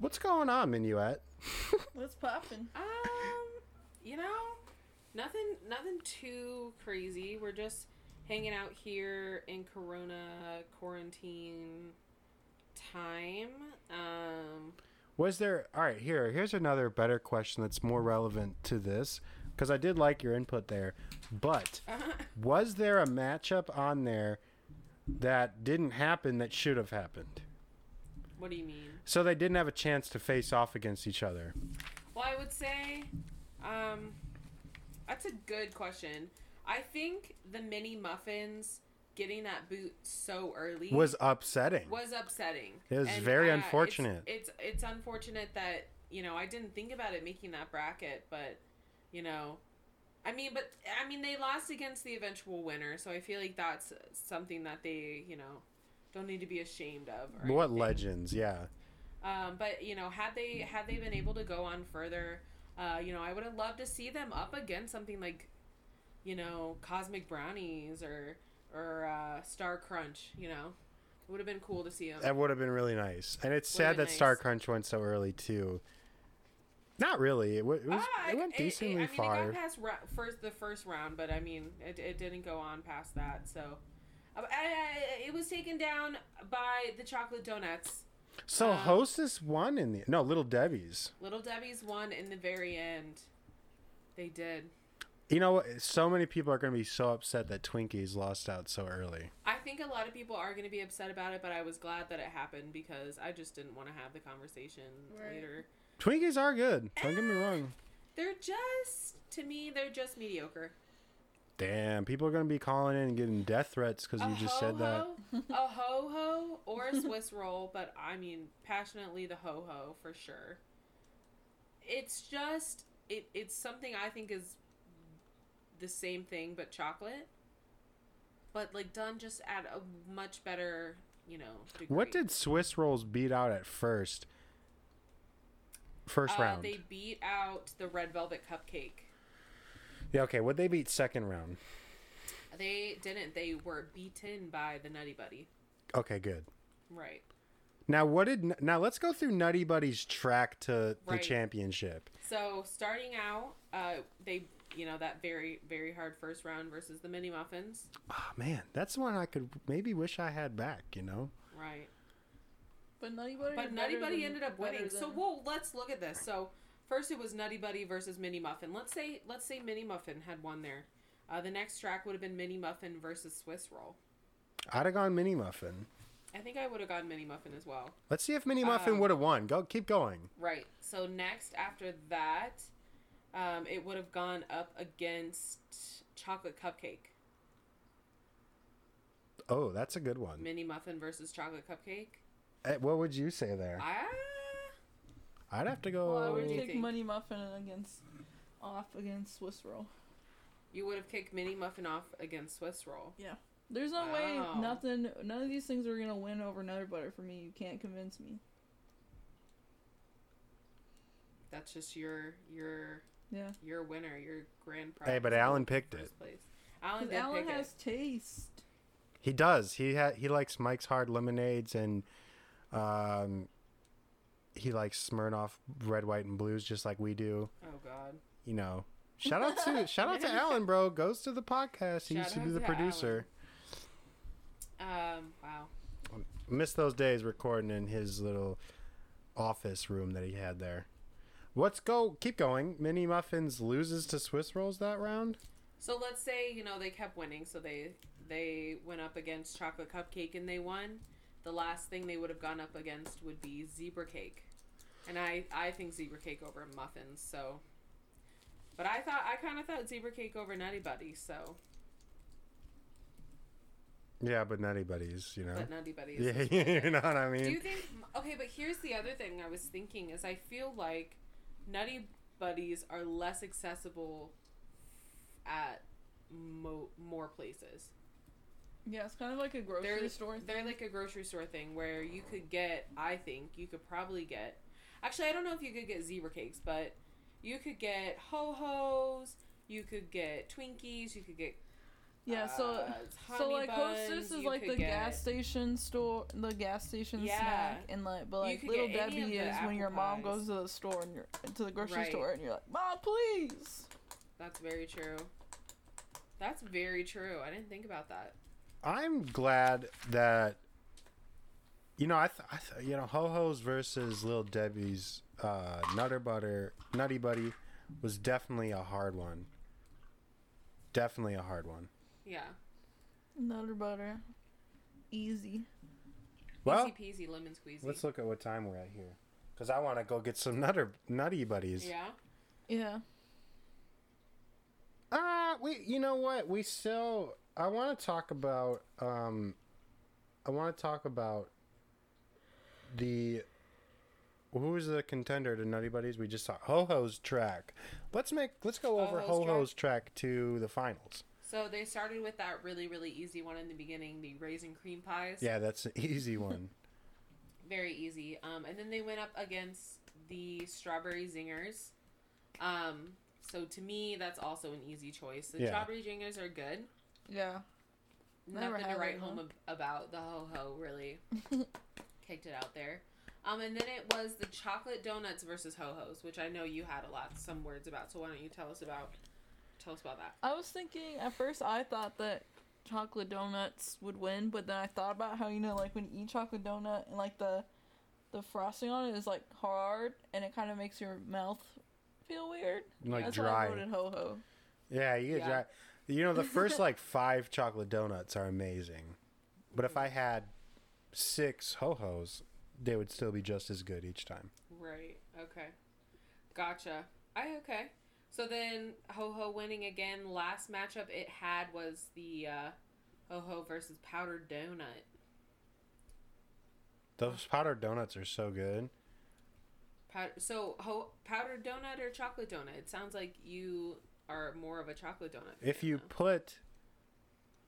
What's going on, Minuet? What's poppin'? Um, you know, nothing, nothing too crazy. We're just hanging out here in Corona quarantine time. Um, Was there. All right, here. Here's another better question that's more relevant to this, because I did like your input there. [laughs] But was there a matchup on there that didn't happen that should have happened? what do you mean? So they didn't have a chance to face off against each other. Well, I would say, um, that's a good question. I think the mini muffins getting that boot so early Was upsetting. was upsetting. It was very it's- unfortunate. It's, it's unfortunate that you know I didn't think about it making that bracket, but you know, I mean, but I mean they lost against the eventual winner, so I feel like that's something that they you know don't need to be ashamed of. or What anything. legends? Yeah. Um, but you know, had they had they been able to go on further, uh, you know, I would have loved to see them up against something like, you know, Cosmic Brownies or or uh, Star Crunch. You know, it would have been cool to see them. That would have been really nice. And it's Would've sad been that Star nice. Crunch went so early too. Not really. It, w- it was. Ah, it went decently I mean, It far. got past ra- first the first round, but I mean, it, it didn't go on past that. So, Uh, I- I- it was taken down by the chocolate donuts. so um, Hostess won in the no Little Debbie's. Little Debbie's won in the very end. They did. You know what? So many people are going to be so upset that Twinkies lost out so early. I think a lot of people are going to be upset about it, but I was glad that it happened because I just didn't want to have the conversation Right. later. Twinkies are good. Don't get me wrong. They're just to me, they're just mediocre. Damn, people are going to be calling in and getting death threats because you just said that. a ho ho, or a [laughs] Swiss roll, but I mean passionately the ho ho for sure. It's just it. It's something I think is the same thing, but chocolate. But like done just at a much better, you know. Degree. What did Swiss rolls beat out at first? First uh, round. They beat out the red velvet cupcake. Yeah. Okay. What they beat second round? They didn't. They were beaten by the Nutty Buddy. Okay. Good. Right. Now what did now let's go through Nutty Buddy's track to the Right. championship. So starting out, uh, they you know that very very hard first round versus the Mini Muffins. Oh man, that's one I could maybe wish I had back, you know. Right. But Nutty Buddy. But is Nutty better Buddy than- ended up better winning. So than- whoa, let's look at this. So first it was Nutty Buddy versus Mini Muffin. Let's say let's say Mini Muffin had won there. Uh, the next track would have been Mini Muffin versus Swiss Roll. I'd have gone Mini Muffin. I think I would have gone Mini Muffin as well. Let's see if Mini Muffin Um, would have won. Go keep going. Right. So next after that, um, it would have gone up against chocolate cupcake. Oh, that's a good one. Mini muffin versus chocolate cupcake. Eh, What would you say there? Ah, I'd have to Well, I go would you take think? Money Muffin against off against Swiss Roll. you would have kicked mini muffin off against Swiss roll. There's no way Wow. nothing. None of these things are gonna win over Nutter Butter for me. You can't convince me. That's just your your Yeah. your winner, your grand prize. Hey, but in Alan the picked first it. Place. Alan Because did Alan pick has it. taste. He does. He ha- he likes Mike's Hard Lemonades and Um, he likes Smirnoff red, white, and blues just like we do. Oh God. You know, shout out [laughs] to shout out to Alan, bro. Goes to the podcast. He Shout used to out be the to producer. Um. Wow. Miss those days recording in his little office room that he had there. Let's go. Keep going. Mini Muffins loses to Swiss Rolls that round. So let's say you know they kept winning, so they they went up against chocolate cupcake and they won. The last thing they would have gone up against would be zebra cake, and I I think zebra cake over muffins. So, but I thought I kind of thought zebra cake over Nutty Buddy. So, Yeah, but not anybody's. You know. but Nutty Buddy is. [laughs] Yeah, you know what I mean. Do you think? Okay, but here's the other thing I was thinking is I feel like Nutty Buddies are less accessible at mo- more places. Yeah, it's kind of like a grocery they're, store. thing. They're like a grocery store thing where you could get, I think, you could probably get. Actually, I don't know if you could get zebra cakes, but you could get ho hos, you could get Twinkies, you could get. Yeah, so uh, so honey like buns, Hostess is you like could the get- gas station store, the gas station Yeah. snack, and like but You like could Little get any of Debbie the is when your apple mom pies. goes to the store and you're to the grocery Right. store and you're like, mom, please. That's very true. That's very true. I didn't think about that. I'm glad that you know I, th- I th- you know Ho Ho's versus Lil Debbie's uh, Nutter Butter Nutty Buddy was definitely a hard one. Definitely a hard one. Yeah. Nutter butter, easy. Well, Easy peasy lemon squeezy. let's look at what time we're at here because I want to go get some Nutter Nutty Buddies. yeah. Yeah, Ah, we. You know what? We still. I want to talk about. Um, I want to talk about the. Who is the contender to Nutty Buddies? We just saw Ho Ho's track. Let's make. Let's go over Ho Ho-Ho's Ho's track. to the finals. So they started with that really, really easy one in the beginning, the raisin cream pies. Yeah, that's an [laughs] easy one. very easy. Um, and then they went up against the strawberry zingers. Um, so to me, that's also an easy choice. The Yeah. strawberry zingers are good. yeah. Never Nothing had to write one. home ab- about. The ho ho [laughs] really kicked it out there. Um, and then it was the chocolate donuts versus ho hos, which I know you had a lot some words about. So why don't you tell us about tell us about that? I was thinking at first I thought that chocolate donuts would win, but then I thought about how you know like when you eat chocolate donut and like the the frosting on it is like hard and it kind of makes your mouth feel weird. Like That's dry. Why I voted ho ho. yeah, you get Yeah. dry. You know, the [laughs] first like five chocolate donuts are amazing, but if I had six Ho Ho's, they would still be just as good each time. Right. Okay. Gotcha. I okay. So then Ho Ho winning again. Last matchup it had was the uh, Ho Ho versus Powdered Donut. Those powdered donuts are so good. Pow- so ho- Powdered Donut or Chocolate Donut? It sounds like you are more of a chocolate donut. If fan, you though. put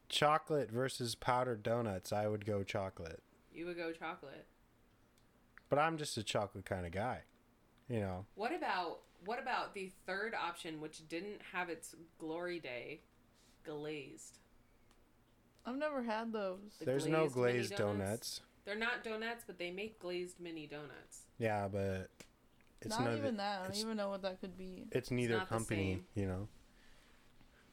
chocolate versus powdered donuts, I would go chocolate. you would go chocolate. But I'm just a chocolate kind of guy. You know, What about what about the third option, which didn't have its glory day, glazed? I've never had those. The there's no glazed glazed mini donuts. donuts? They're not donuts, but they make glazed mini donuts. Yeah, but it's Not neither- even that. I don't it's- even know what that could be. It's neither not the company, same. you know.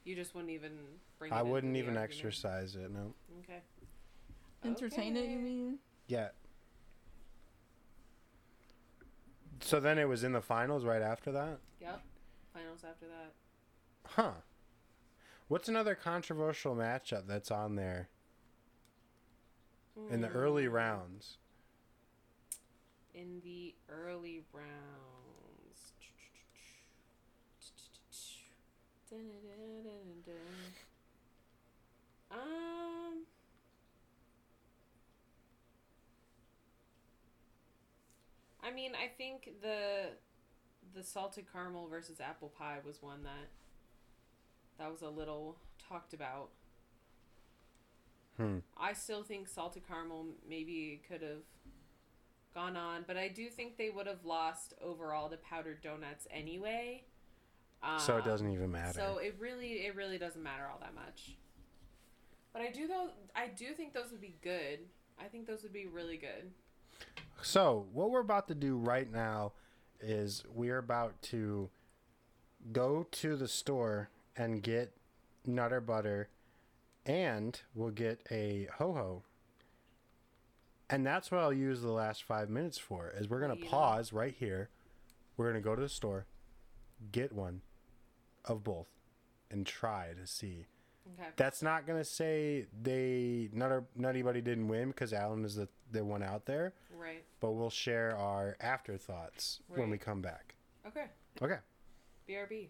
You just wouldn't even bring. it I into wouldn't the even argument. exercise it. No. Okay. Entertain it, you mean? Yeah. So then it was in the finals right after that, Yep. Finals after that. huh? What's another controversial matchup that's on there in the Mm. early rounds? In the early rounds. Um. I mean, I think the the salted caramel versus apple pie was one that that was a little talked about. Hmm. I still think salted caramel maybe could have gone on, but I do think they would have lost overall to powdered donuts anyway. Um, So it doesn't even matter. So it really, it really doesn't matter all that much. But I do though. I do think those would be good. I think those would be really good. So, what we're about to do right now is we're about to go to the store and get Nutter Butter, and we'll get a Ho Ho. And that's what I'll use the last five minutes for. Is we're gonna Yeah. pause right here. We're gonna go to the store, get one of both, and try to see. Okay. That's not gonna say they Nutter Nutty Buddy didn't win because Alan is the the one out there Right. but we'll share our afterthoughts when we Right. come back. Okay. Okay. BRB.